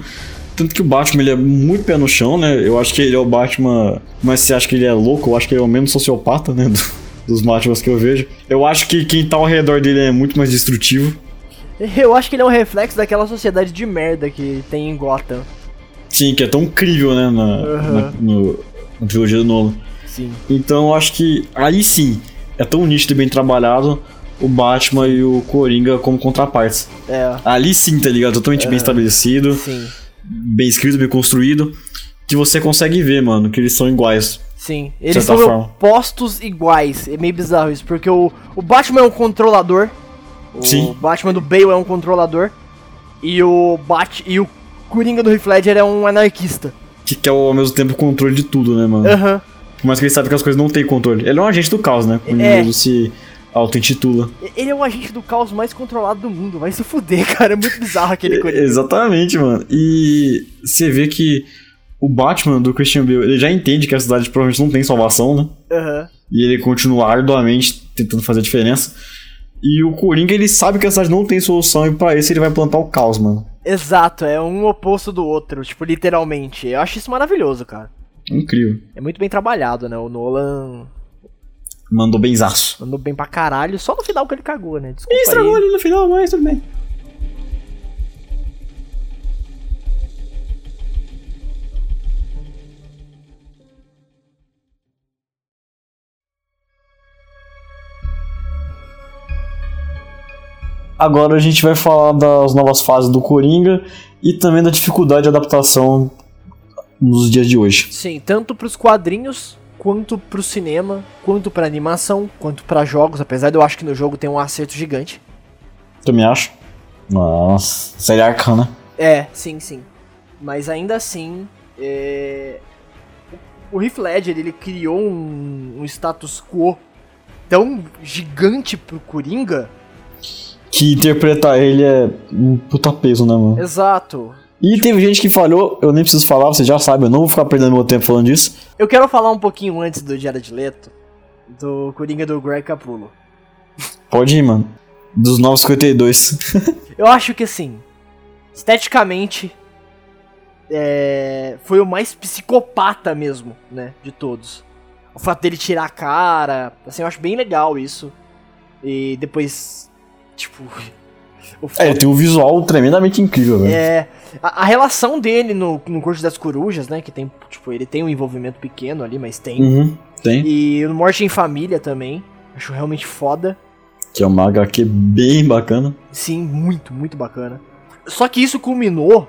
Speaker 4: Tanto que o Batman ele é muito pé no chão, né? Eu acho que ele é o Batman. Mas você acha que ele é louco? Eu acho que ele é o menos sociopata, né? do- dos Batmans que eu vejo. Eu acho que quem tá ao redor dele é muito mais destrutivo.
Speaker 3: Eu acho que ele é um reflexo daquela sociedade de merda que tem em Gotham.
Speaker 4: Sim, que é tão incrível, né? Na,
Speaker 3: Aham.
Speaker 4: na- no, na trilogia do Nolan.
Speaker 3: Sim.
Speaker 4: Então eu acho que aí sim, é tão nítido e bem trabalhado o Batman e o Coringa como contrapartes.
Speaker 3: É.
Speaker 4: Ali sim, tá ligado? Totalmente bem estabelecido.
Speaker 3: Sim.
Speaker 4: bem escrito, bem construído, que você consegue ver, mano, que eles são iguais.
Speaker 3: Sim. Eles
Speaker 4: certa
Speaker 3: são
Speaker 4: forma.
Speaker 3: opostos iguais. É meio bizarro isso, porque o, o Batman é um controlador. O
Speaker 4: Sim.
Speaker 3: Batman do Bale é um controlador. E o Bat e o Coringa do Heath Ledger é um anarquista.
Speaker 4: Que quer ao mesmo tempo o controle de tudo, né, mano?
Speaker 3: Aham.
Speaker 4: Por mais que ele sabe que as coisas não têm controle. Ele é um agente do caos, né? Como
Speaker 3: É.
Speaker 4: ele mesmo se auto-intitula.
Speaker 3: E- Ele é o agente do caos mais controlado do mundo. Vai se fuder, cara. É muito bizarro aquele
Speaker 4: E-
Speaker 3: Coringa.
Speaker 4: Exatamente, mano. E você vê que o Batman do Christian Bale, ele já entende que a cidade provavelmente não tem salvação, né?
Speaker 3: Aham.
Speaker 4: E ele continua arduamente tentando fazer a diferença. E o Coringa, ele sabe que a cidade não tem solução e pra isso ele vai plantar o caos, mano.
Speaker 3: Exato, é um oposto do outro, tipo, literalmente. Eu acho isso maravilhoso, cara.
Speaker 4: Incrível.
Speaker 3: É muito bem trabalhado, né? O Nolan
Speaker 4: Mandou benzaço.
Speaker 3: Mandou bem pra caralho, só no final que ele cagou, né? Desculpa
Speaker 4: E estragou
Speaker 3: aí.
Speaker 4: ali no final, mas tudo bem. Agora a gente vai falar das novas fases do Coringa e também da dificuldade de adaptação nos dias de hoje.
Speaker 3: Sim, tanto pros quadrinhos, quanto pro cinema, quanto pra animação, quanto pra jogos, apesar de eu acho que no jogo tem um acerto gigante.
Speaker 4: Tu me acha? Nossa, série arcana.
Speaker 3: É, sim, sim. Mas ainda assim, é, o Heath Ledger, ele criou um, um status quo tão gigante pro Coringa.
Speaker 4: Que interpretar ele é um puta peso, né, mano?
Speaker 3: Exato.
Speaker 4: E teve gente que falhou, eu nem preciso falar, você já sabe, eu não vou ficar perdendo meu tempo falando disso.
Speaker 3: Eu quero falar um pouquinho antes do Jared Leto, do Coringa do Greg Capullo.
Speaker 4: Pode ir, mano. Dos 952.
Speaker 3: Eu acho que assim, esteticamente, é, foi o mais psicopata mesmo, né, de todos. O fato dele tirar a cara, assim, eu acho bem legal isso. E depois, tipo, o
Speaker 4: É,
Speaker 3: fato-
Speaker 4: ele tem um visual tremendamente incrível, velho.
Speaker 3: é, a, a relação dele no, no Corte das Corujas, né, que tem, tipo, ele tem um envolvimento pequeno ali, mas tem.
Speaker 4: Uhum, tem.
Speaker 3: E no Morte em Família também, acho realmente foda.
Speaker 4: Que é uma HQ bem bacana.
Speaker 3: Sim, muito, muito bacana. Só que isso culminou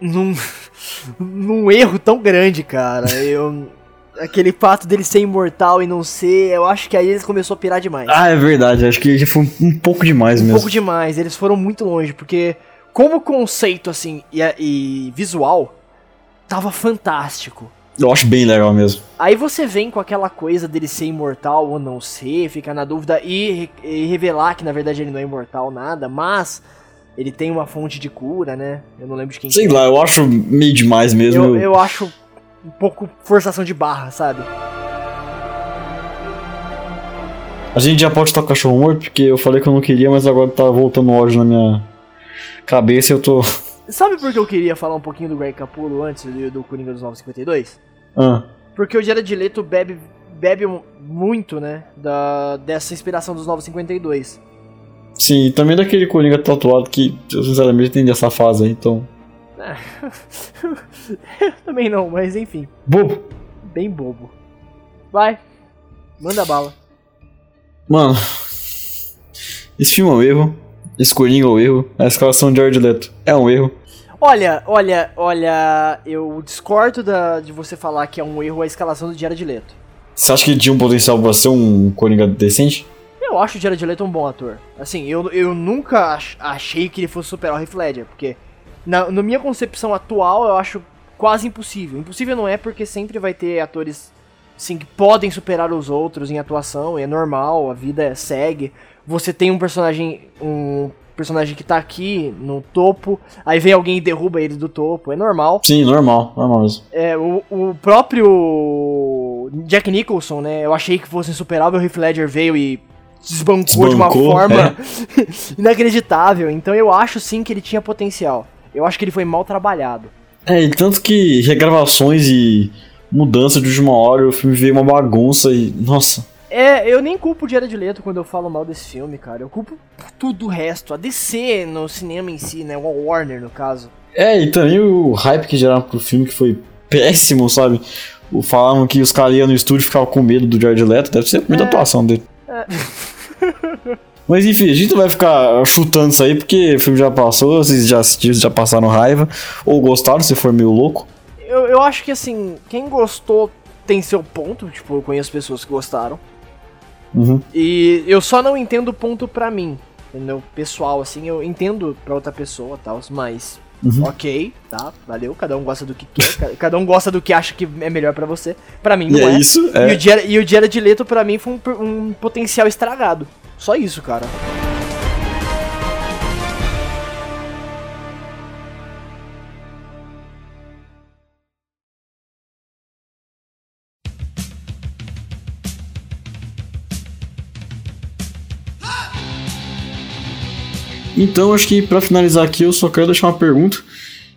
Speaker 3: num, num erro tão grande, cara. Eu, aquele fato dele ser imortal e não ser, eu acho que aí eles começou a pirar demais.
Speaker 4: Ah, é verdade, acho que já foi um- um pouco demais
Speaker 3: um
Speaker 4: mesmo.
Speaker 3: pouco demais, eles foram muito longe, porque como conceito, assim, e, e visual, tava fantástico.
Speaker 4: Eu acho bem legal mesmo.
Speaker 3: Aí você vem com aquela coisa dele ser imortal ou não ser, ficar na dúvida e, re- e revelar que na verdade ele não é imortal nada, mas ele tem uma fonte de cura, né? Eu não lembro de quem
Speaker 4: Sei
Speaker 3: que é.
Speaker 4: lá, eu acho meio demais mesmo.
Speaker 3: Eu, eu acho um pouco forçação de barra, sabe?
Speaker 4: A gente já pode estar com o cachorro morto, porque eu falei que eu não queria, mas agora tá voltando ódio na minha cabeça e eu tô.
Speaker 3: Sabe por que eu queria falar um pouquinho do Greg Capullo antes do, do Coringa dos 952?
Speaker 4: Ah,
Speaker 3: Porque o Jared Leto bebe, bebe mu- muito, né? Da, dessa inspiração dos 952.
Speaker 4: sim, e também daquele Coringa tatuado que, eu sinceramente, entendi essa fase aí, então.
Speaker 3: Eu também não, mas enfim,
Speaker 4: Bobo!
Speaker 3: bem bobo. Vai, manda bala.
Speaker 4: Mano, esse filme é um erro. Esse Coringa é um erro. A escalação de Jared Leto é um erro.
Speaker 3: Olha, olha, olha, eu discordo da- de você falar que é um erro a escalação do Jared Leto.
Speaker 4: Você acha que ele tinha um potencial pra ser um Coringa decente?
Speaker 3: Eu acho o Jared Leto um bom ator. Assim, eu, eu nunca ach- achei que ele fosse superar o Heath Ledger, porque na, na minha concepção atual eu acho quase impossível. Impossível não é porque sempre vai ter atores assim, que podem superar os outros em atuação, e é normal, a vida segue. Você tem um personagem, um personagem que tá aqui no topo, aí vem alguém e derruba ele do topo, é normal.
Speaker 4: Sim, normal, normal mesmo.
Speaker 3: É, o, o próprio Jack Nicholson, né? Eu achei que fosse insuperável, o Heath Ledger veio e desbancou, de uma
Speaker 4: Desbancou,
Speaker 3: forma inacreditável. Então eu acho sim que ele tinha potencial. Eu acho que ele foi mal trabalhado.
Speaker 4: É, e tanto que regravações e mudança de última hora, o filme veio uma bagunça e. Nossa.
Speaker 3: É, eu nem culpo o Jared Leto quando eu falo mal desse filme, cara. Eu culpo tudo o resto. A DC no cinema em si, né? O Warner, no caso.
Speaker 4: É, e também o hype que geraram pro filme que foi péssimo, sabe? O- Falavam que os caras iam no estúdio e ficavam com medo do Jared Leto, deve ser
Speaker 3: É.
Speaker 4: muita atuação dele. Mas enfim, a gente não vai ficar chutando isso aí, porque o filme já passou, vocês já assistiram, já passaram raiva, ou gostaram, se for meio louco.
Speaker 3: Eu, eu acho que, assim, quem gostou tem seu ponto. Tipo, eu conheço pessoas que gostaram.
Speaker 4: Uhum.
Speaker 3: E eu só não entendo o ponto pra mim, entendeu? Pessoal, assim, eu entendo pra outra pessoa e tal, mas.
Speaker 4: Uhum.
Speaker 3: Ok, tá, valeu. Cada um gosta do que quer, ca- cada um gosta do que acha que é melhor pra você. Pra mim, não
Speaker 4: E
Speaker 3: é.
Speaker 4: é isso,
Speaker 3: E,
Speaker 4: é.
Speaker 3: o Jared, e o Jared Leto, pra mim, foi um, per- um potencial estragado. Só isso, cara.
Speaker 4: Então acho que pra finalizar aqui, eu só quero deixar uma pergunta,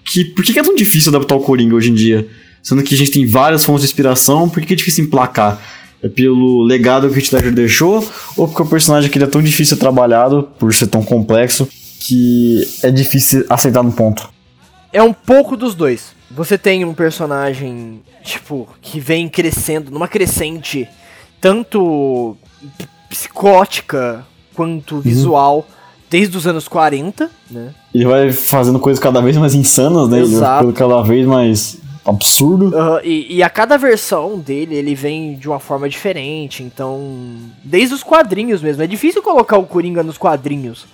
Speaker 4: que por que que é tão difícil adaptar o Coringa hoje em dia? Sendo que a gente tem várias fontes de inspiração, por que que é difícil emplacar? É pelo legado que o Heath Ledger deixou, ou porque o personagem que ele é tão difícil de ser trabalhado, por ser tão complexo, que é difícil aceitar no ponto.
Speaker 3: É um pouco dos dois. Você tem um personagem, tipo, que vem crescendo numa crescente tanto p- psicótica quanto visual desde os anos 40, né?
Speaker 4: Ele vai fazendo coisas cada vez mais insanas, né? Ele vai
Speaker 3: Exato.
Speaker 4: ficando cada vez mais absurdo.
Speaker 3: Aham, e, e a cada versão dele, ele vem de uma forma diferente, então. Desde os quadrinhos mesmo. É difícil colocar o Coringa nos quadrinhos.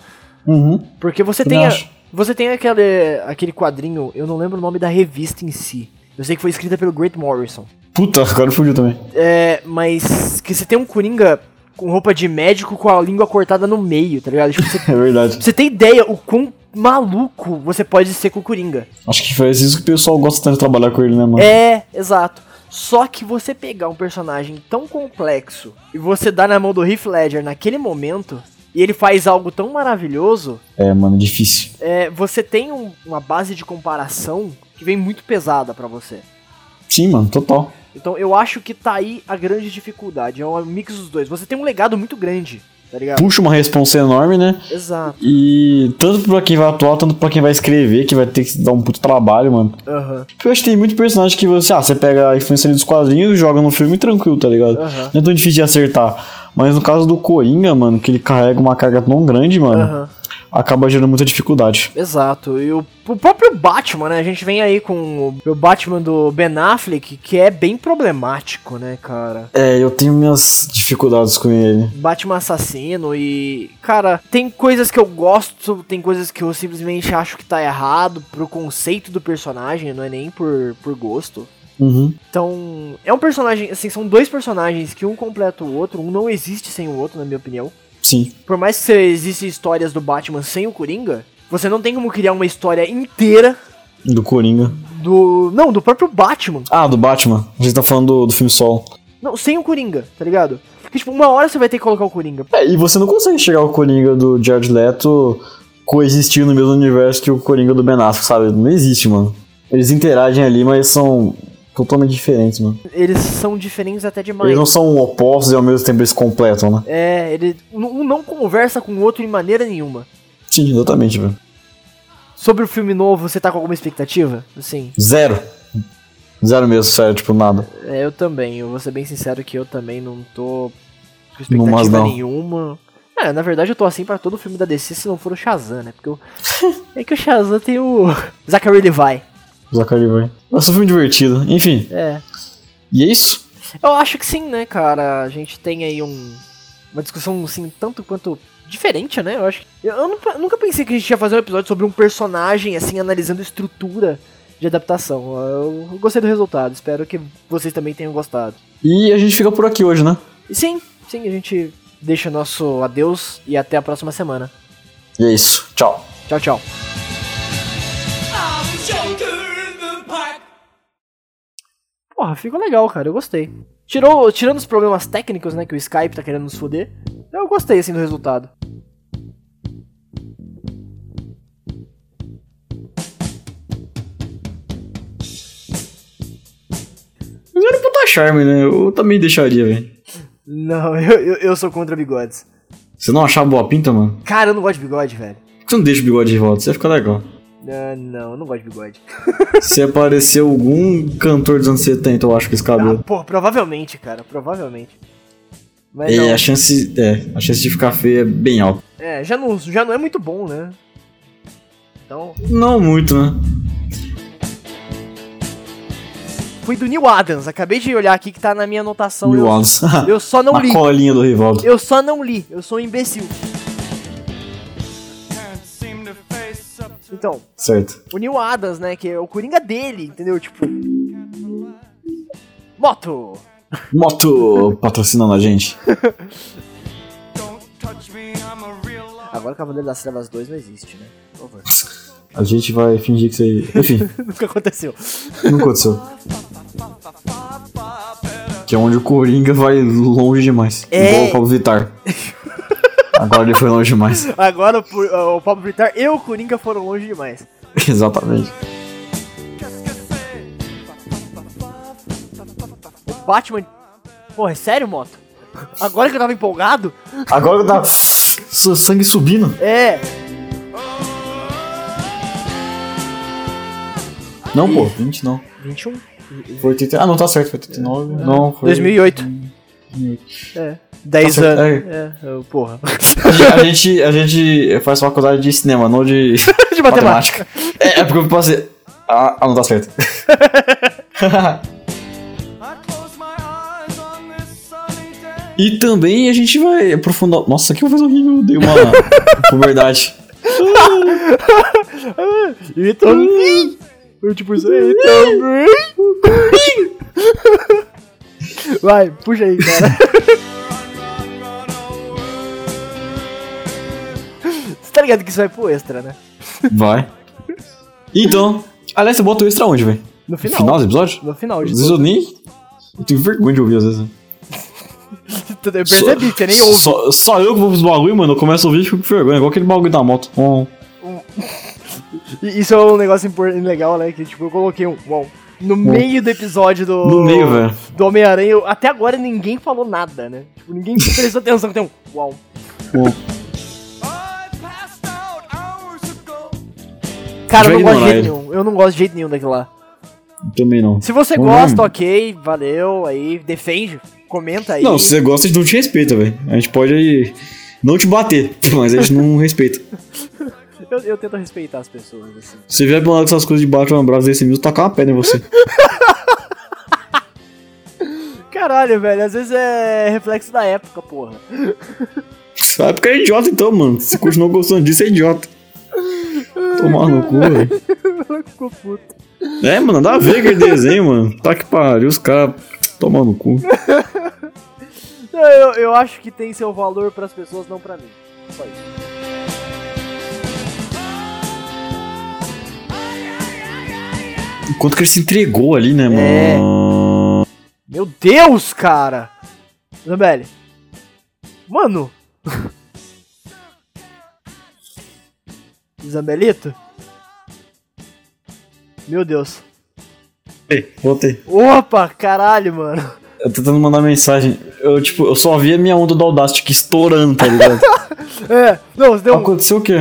Speaker 4: Uhum.
Speaker 3: Porque você
Speaker 4: Também
Speaker 3: tem. a-
Speaker 4: acho.
Speaker 3: você tem aquele, aquele quadrinho, eu não lembro o nome da revista em si. Eu sei que foi escrita pelo Grant Morrison.
Speaker 4: Puta, agora fugiu também.
Speaker 3: É, mas que você tem um Coringa com roupa de médico com a língua cortada no meio, tá ligado? Tipo, você,
Speaker 4: É verdade.
Speaker 3: você tem ideia o quão maluco você pode ser com o Coringa.
Speaker 4: Acho que foi isso que o pessoal gosta tanto de trabalhar com ele, né, mano?
Speaker 3: É, exato. Só que você pegar um personagem tão complexo e você dá na mão do Heath Ledger naquele momento e ele faz algo tão maravilhoso,
Speaker 4: É, mano, difícil.
Speaker 3: é, você tem um- uma base de comparação que vem muito pesada pra você.
Speaker 4: Sim, mano, total.
Speaker 3: Então eu acho que tá aí a grande dificuldade, é um mix dos dois. Você tem um legado muito grande, tá ligado?
Speaker 4: Puxa uma responsa enorme, né?
Speaker 3: Exato.
Speaker 4: E tanto pra quem vai atuar, tanto pra quem vai escrever, que vai ter que dar um puto trabalho, mano.
Speaker 3: Aham.
Speaker 4: Porque eu acho que tem muito personagem que você, ah, você pega a influência ali dos quadrinhos, joga no filme tranquilo, tá ligado?
Speaker 3: Aham.
Speaker 4: Não é tão difícil de acertar. Mas no caso do Coringa, mano, que ele carrega uma carga tão grande, mano,
Speaker 3: Aham.
Speaker 4: acaba gerando muita dificuldade.
Speaker 3: Exato. E o, o próprio Batman, né? A gente vem aí com o, o Batman do Ben Affleck, que é bem problemático, né, cara?
Speaker 4: É, eu tenho minhas dificuldades com ele.
Speaker 3: Batman assassino e. Cara, tem coisas que eu gosto, tem coisas que eu simplesmente acho que tá errado pro conceito do personagem, não é nem por, por gosto.
Speaker 4: Uhum.
Speaker 3: Então, é um personagem, assim, são dois personagens que um completa o outro, um não existe sem o outro, na minha opinião.
Speaker 4: Sim.
Speaker 3: Por mais que existam histórias do Batman sem o Coringa, você não tem como criar uma história inteira
Speaker 4: Do Coringa.
Speaker 3: do. Não, do próprio Batman.
Speaker 4: Ah, do Batman. Você tá falando do, do filme Sol.
Speaker 3: Não, sem o Coringa, tá ligado? Porque, tipo, uma hora você vai ter que colocar o Coringa.
Speaker 4: É, e você não consegue chegar ao Coringa do Jared Leto coexistir no mesmo universo que o Coringa do Ben Affleck, sabe? Não existe, mano. Eles interagem ali, mas são totalmente diferentes, mano.
Speaker 3: Eles são diferentes até demais.
Speaker 4: Eles não são opostos e ao mesmo tempo eles completam, né?
Speaker 3: É, ele. Um não conversa com o outro de maneira nenhuma.
Speaker 4: Sim, exatamente, velho.
Speaker 3: Sobre o filme novo, você tá com alguma expectativa? Assim,
Speaker 4: Zero. Zero mesmo, sério, tipo, nada.
Speaker 3: é, eu também. Eu vou ser bem sincero que eu também não tô com
Speaker 4: Não, mas
Speaker 3: expectativa
Speaker 4: não.
Speaker 3: nenhuma. É, na verdade eu tô assim pra todo filme da DC se não for o Shazam, né? Porque eu... é que o Shazam tem o Zachary Levi.
Speaker 4: Zachary vai. Mas é um filme divertido. Enfim,
Speaker 3: É,
Speaker 4: e é isso?
Speaker 3: Eu acho que sim, né, cara? A gente tem aí um, uma discussão, assim, tanto quanto diferente, né? Eu acho. que- Eu, eu nu- nunca pensei que a gente ia fazer um episódio sobre um personagem, assim, analisando estrutura de adaptação. Eu, eu gostei do resultado, espero que vocês também tenham gostado.
Speaker 4: E a gente fica por aqui hoje, né?
Speaker 3: E sim, sim, a gente deixa nosso adeus e até a próxima semana.
Speaker 4: E é isso. Tchau.
Speaker 3: Tchau, tchau.
Speaker 2: I'm Joker in the Park.
Speaker 3: Porra, ficou legal, cara. Eu gostei. Tirou, tirando os problemas técnicos, né, que o Skype tá querendo nos foder, eu gostei, assim, do resultado.
Speaker 4: Mas era um puta charme, né? Eu também deixaria, velho.
Speaker 3: Não, eu, eu, eu sou contra bigodes.
Speaker 4: Você não achar boa pinta, mano?
Speaker 3: Cara, eu não gosto de bigode, velho.
Speaker 4: Por que você não deixa o bigode de volta? Você ia ficar legal.
Speaker 3: Ah, não, eu não gosto de bigode.
Speaker 4: Se aparecer algum cantor dos anos 70, eu acho que esse cabelo.
Speaker 3: Ah, pô, provavelmente, cara, provavelmente. Mas
Speaker 4: é,
Speaker 3: não.
Speaker 4: a chance. É, a chance de ficar feio é bem alta.
Speaker 3: É, já não, já não é muito bom, né? Então,
Speaker 4: Não muito, né?
Speaker 3: fui do Neil Adams. Acabei de olhar aqui que tá na minha anotação.
Speaker 4: Mil
Speaker 3: eu,
Speaker 4: anos.
Speaker 3: eu só não
Speaker 4: Na
Speaker 3: li.
Speaker 4: colinha do Rivaldo.
Speaker 3: Eu só não li. Eu sou um imbecil.
Speaker 2: Can't seem to face up to
Speaker 3: Então,
Speaker 4: Certo.
Speaker 3: o Neil Adams, né, que é o coringa dele, entendeu? Tipo. Moto!
Speaker 4: Moto patrocinando a gente.
Speaker 2: don't touch me, I'm a real life.
Speaker 3: Agora Cavaleiro das Trevas 2 não existe, né? Por favor.
Speaker 4: A gente vai fingir que você. Enfim,
Speaker 3: Nunca aconteceu.
Speaker 4: não aconteceu. Que é onde o Coringa vai longe demais.
Speaker 3: É.
Speaker 4: Igual o Pablo Vittar. Agora ele foi longe demais.
Speaker 3: Agora o, Pu- o Pablo Vittar e o Coringa foram longe demais.
Speaker 4: Exatamente.
Speaker 2: Qu'est-ce que c'est?
Speaker 3: Batman. Porra, é sério, moto? Agora que eu tava empolgado?
Speaker 4: Agora tá su- sangue subindo.
Speaker 3: É,
Speaker 4: Não, pô, 20 não.
Speaker 3: 21.
Speaker 4: Foi 80. Ah, não, tá certo, foi 89. Não, foi.
Speaker 3: 2008.
Speaker 4: 2008.
Speaker 3: É. 10
Speaker 4: Tá certo,
Speaker 3: anos. É, eu- porra.
Speaker 4: A gente, a gente faz faculdade de cinema, não de,
Speaker 3: De matemática.
Speaker 4: matemática. É, é porque eu passei. Ah, ah, não tá certo. E também a gente vai aprofundar. Nossa, que eu fiz horrível, dei uma puberdade.
Speaker 3: E também. Eu tipo, isso aí também. Vai, puxa aí, cara. Você tá ligado que isso vai pro extra, né?
Speaker 4: Vai. Então, aliás, você bota o extra onde, velho?
Speaker 3: No
Speaker 4: No
Speaker 3: final.
Speaker 4: final do episódio?
Speaker 3: No final,
Speaker 4: Às
Speaker 3: de
Speaker 4: vezes eu nem. Eu tenho vergonha de ouvir às vezes. né?
Speaker 3: tudo. é Eu percebi, você nem um- ouve.
Speaker 4: Só, só eu que vou pros bagulho, mano. Eu começo a ouvir e fico com vergonha. Igual aquele bagulho da moto. Hum.
Speaker 3: E Isso é um negócio impor- legal, né? Que tipo, eu coloquei um wow, no meio do episódio do.
Speaker 4: No meio, velho.
Speaker 3: Do Homem-Aranha. eu- Até agora ninguém falou nada, né? Tipo, ninguém prestou atenção que tem um wow.
Speaker 4: Hum.
Speaker 3: Cara, eu não
Speaker 4: Drake
Speaker 3: gosto de jeito
Speaker 4: Live.
Speaker 3: nenhum. Eu não gosto de jeito nenhum daquilo lá.
Speaker 4: Também não.
Speaker 3: Se você
Speaker 4: Hum.
Speaker 3: gosta, ok, valeu, aí, defende, comenta aí.
Speaker 4: Não, se você gosta, a gente não te respeita, velho. A gente pode aí. Não te bater, mas a gente não respeita.
Speaker 3: Eu, eu tento respeitar as pessoas, assim.
Speaker 4: Se vier pra lá com essas coisas de Batman Bravos desse mesmo, tacar uma pedra em você.
Speaker 3: Caralho, velho, às vezes é reflexo da época, porra.
Speaker 4: Ah, é porque é idiota então, mano. Se continuar gostando disso, é idiota. Tomar no cu, velho.
Speaker 3: Ficou puto.
Speaker 4: É, mano, dá a ver aquele desenho, mano. Tá que pariu, os caras. Tomar no cu.
Speaker 3: Não, Eu, eu acho que tem seu valor pras pessoas, não pra mim. Só isso.
Speaker 4: Enquanto que ele se entregou ali, né, mano?
Speaker 3: Meu Deus, cara! Zambelli. Mano! Zambelito? Meu Deus.
Speaker 4: Ei, voltei.
Speaker 3: Opa, caralho, mano.
Speaker 4: Eu tô tentando mandar mensagem. Eu, tipo, eu só vi a minha onda do Audacity estourando, tá ligado?
Speaker 3: É, não, você deu um...
Speaker 4: Aconteceu o quê?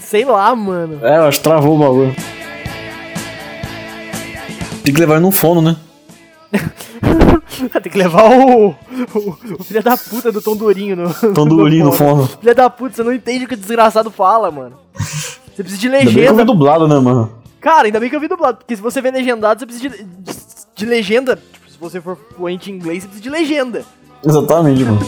Speaker 3: Sei lá, mano.
Speaker 4: É, eu acho que travou o bagulho. Tem que levar ele num fono, né?
Speaker 3: Tem que levar o, o, o filho da puta do Tom Durinho no.
Speaker 4: Tão durinho no
Speaker 3: fono.
Speaker 4: fono.
Speaker 3: Filho da puta, você não entende o que o desgraçado fala, mano. Você precisa de
Speaker 4: Ainda bem que eu vi
Speaker 3: legenda.
Speaker 4: dublado, né, mano?
Speaker 3: Cara, ainda bem que eu vi dublado, porque se você vê legendado, você precisa de, de, de legenda. Tipo, se você for fluente em inglês, você precisa de legenda.
Speaker 4: Exatamente, mano.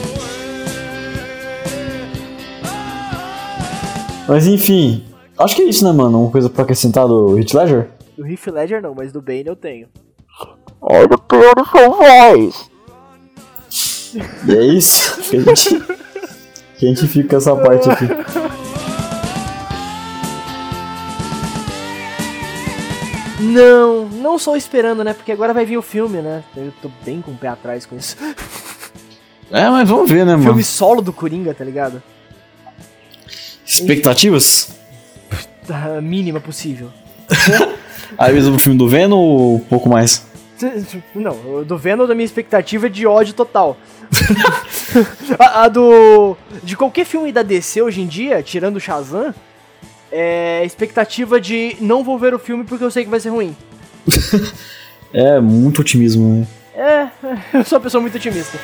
Speaker 4: Mas enfim, acho que é isso, né, mano? Uma coisa pra acrescentar do Hit Ledger?
Speaker 3: Do Heath Ledger não, mas do Bane eu tenho.
Speaker 4: E é isso que a gente, que a gente fica com essa parte aqui.
Speaker 3: Não, não sou esperando, né? Porque agora vai vir o filme, né? Eu tô bem com o pé atrás com isso.
Speaker 4: É, mas vamos ver, né, mano?
Speaker 3: Filme solo do Coringa, tá ligado?
Speaker 4: Expectativas?
Speaker 3: Da Tá mínima possível.
Speaker 4: Aí mesmo o filme do Venom ou um pouco mais?
Speaker 3: tipo, Não, eu tô vendo da minha expectativa é de ódio total. a, a do. De qualquer filme da DC hoje em dia, tirando o Shazam, é expectativa de não vou ver o filme porque eu sei que vai ser ruim.
Speaker 4: É, muito otimismo, né?
Speaker 3: É, eu sou uma pessoa muito otimista.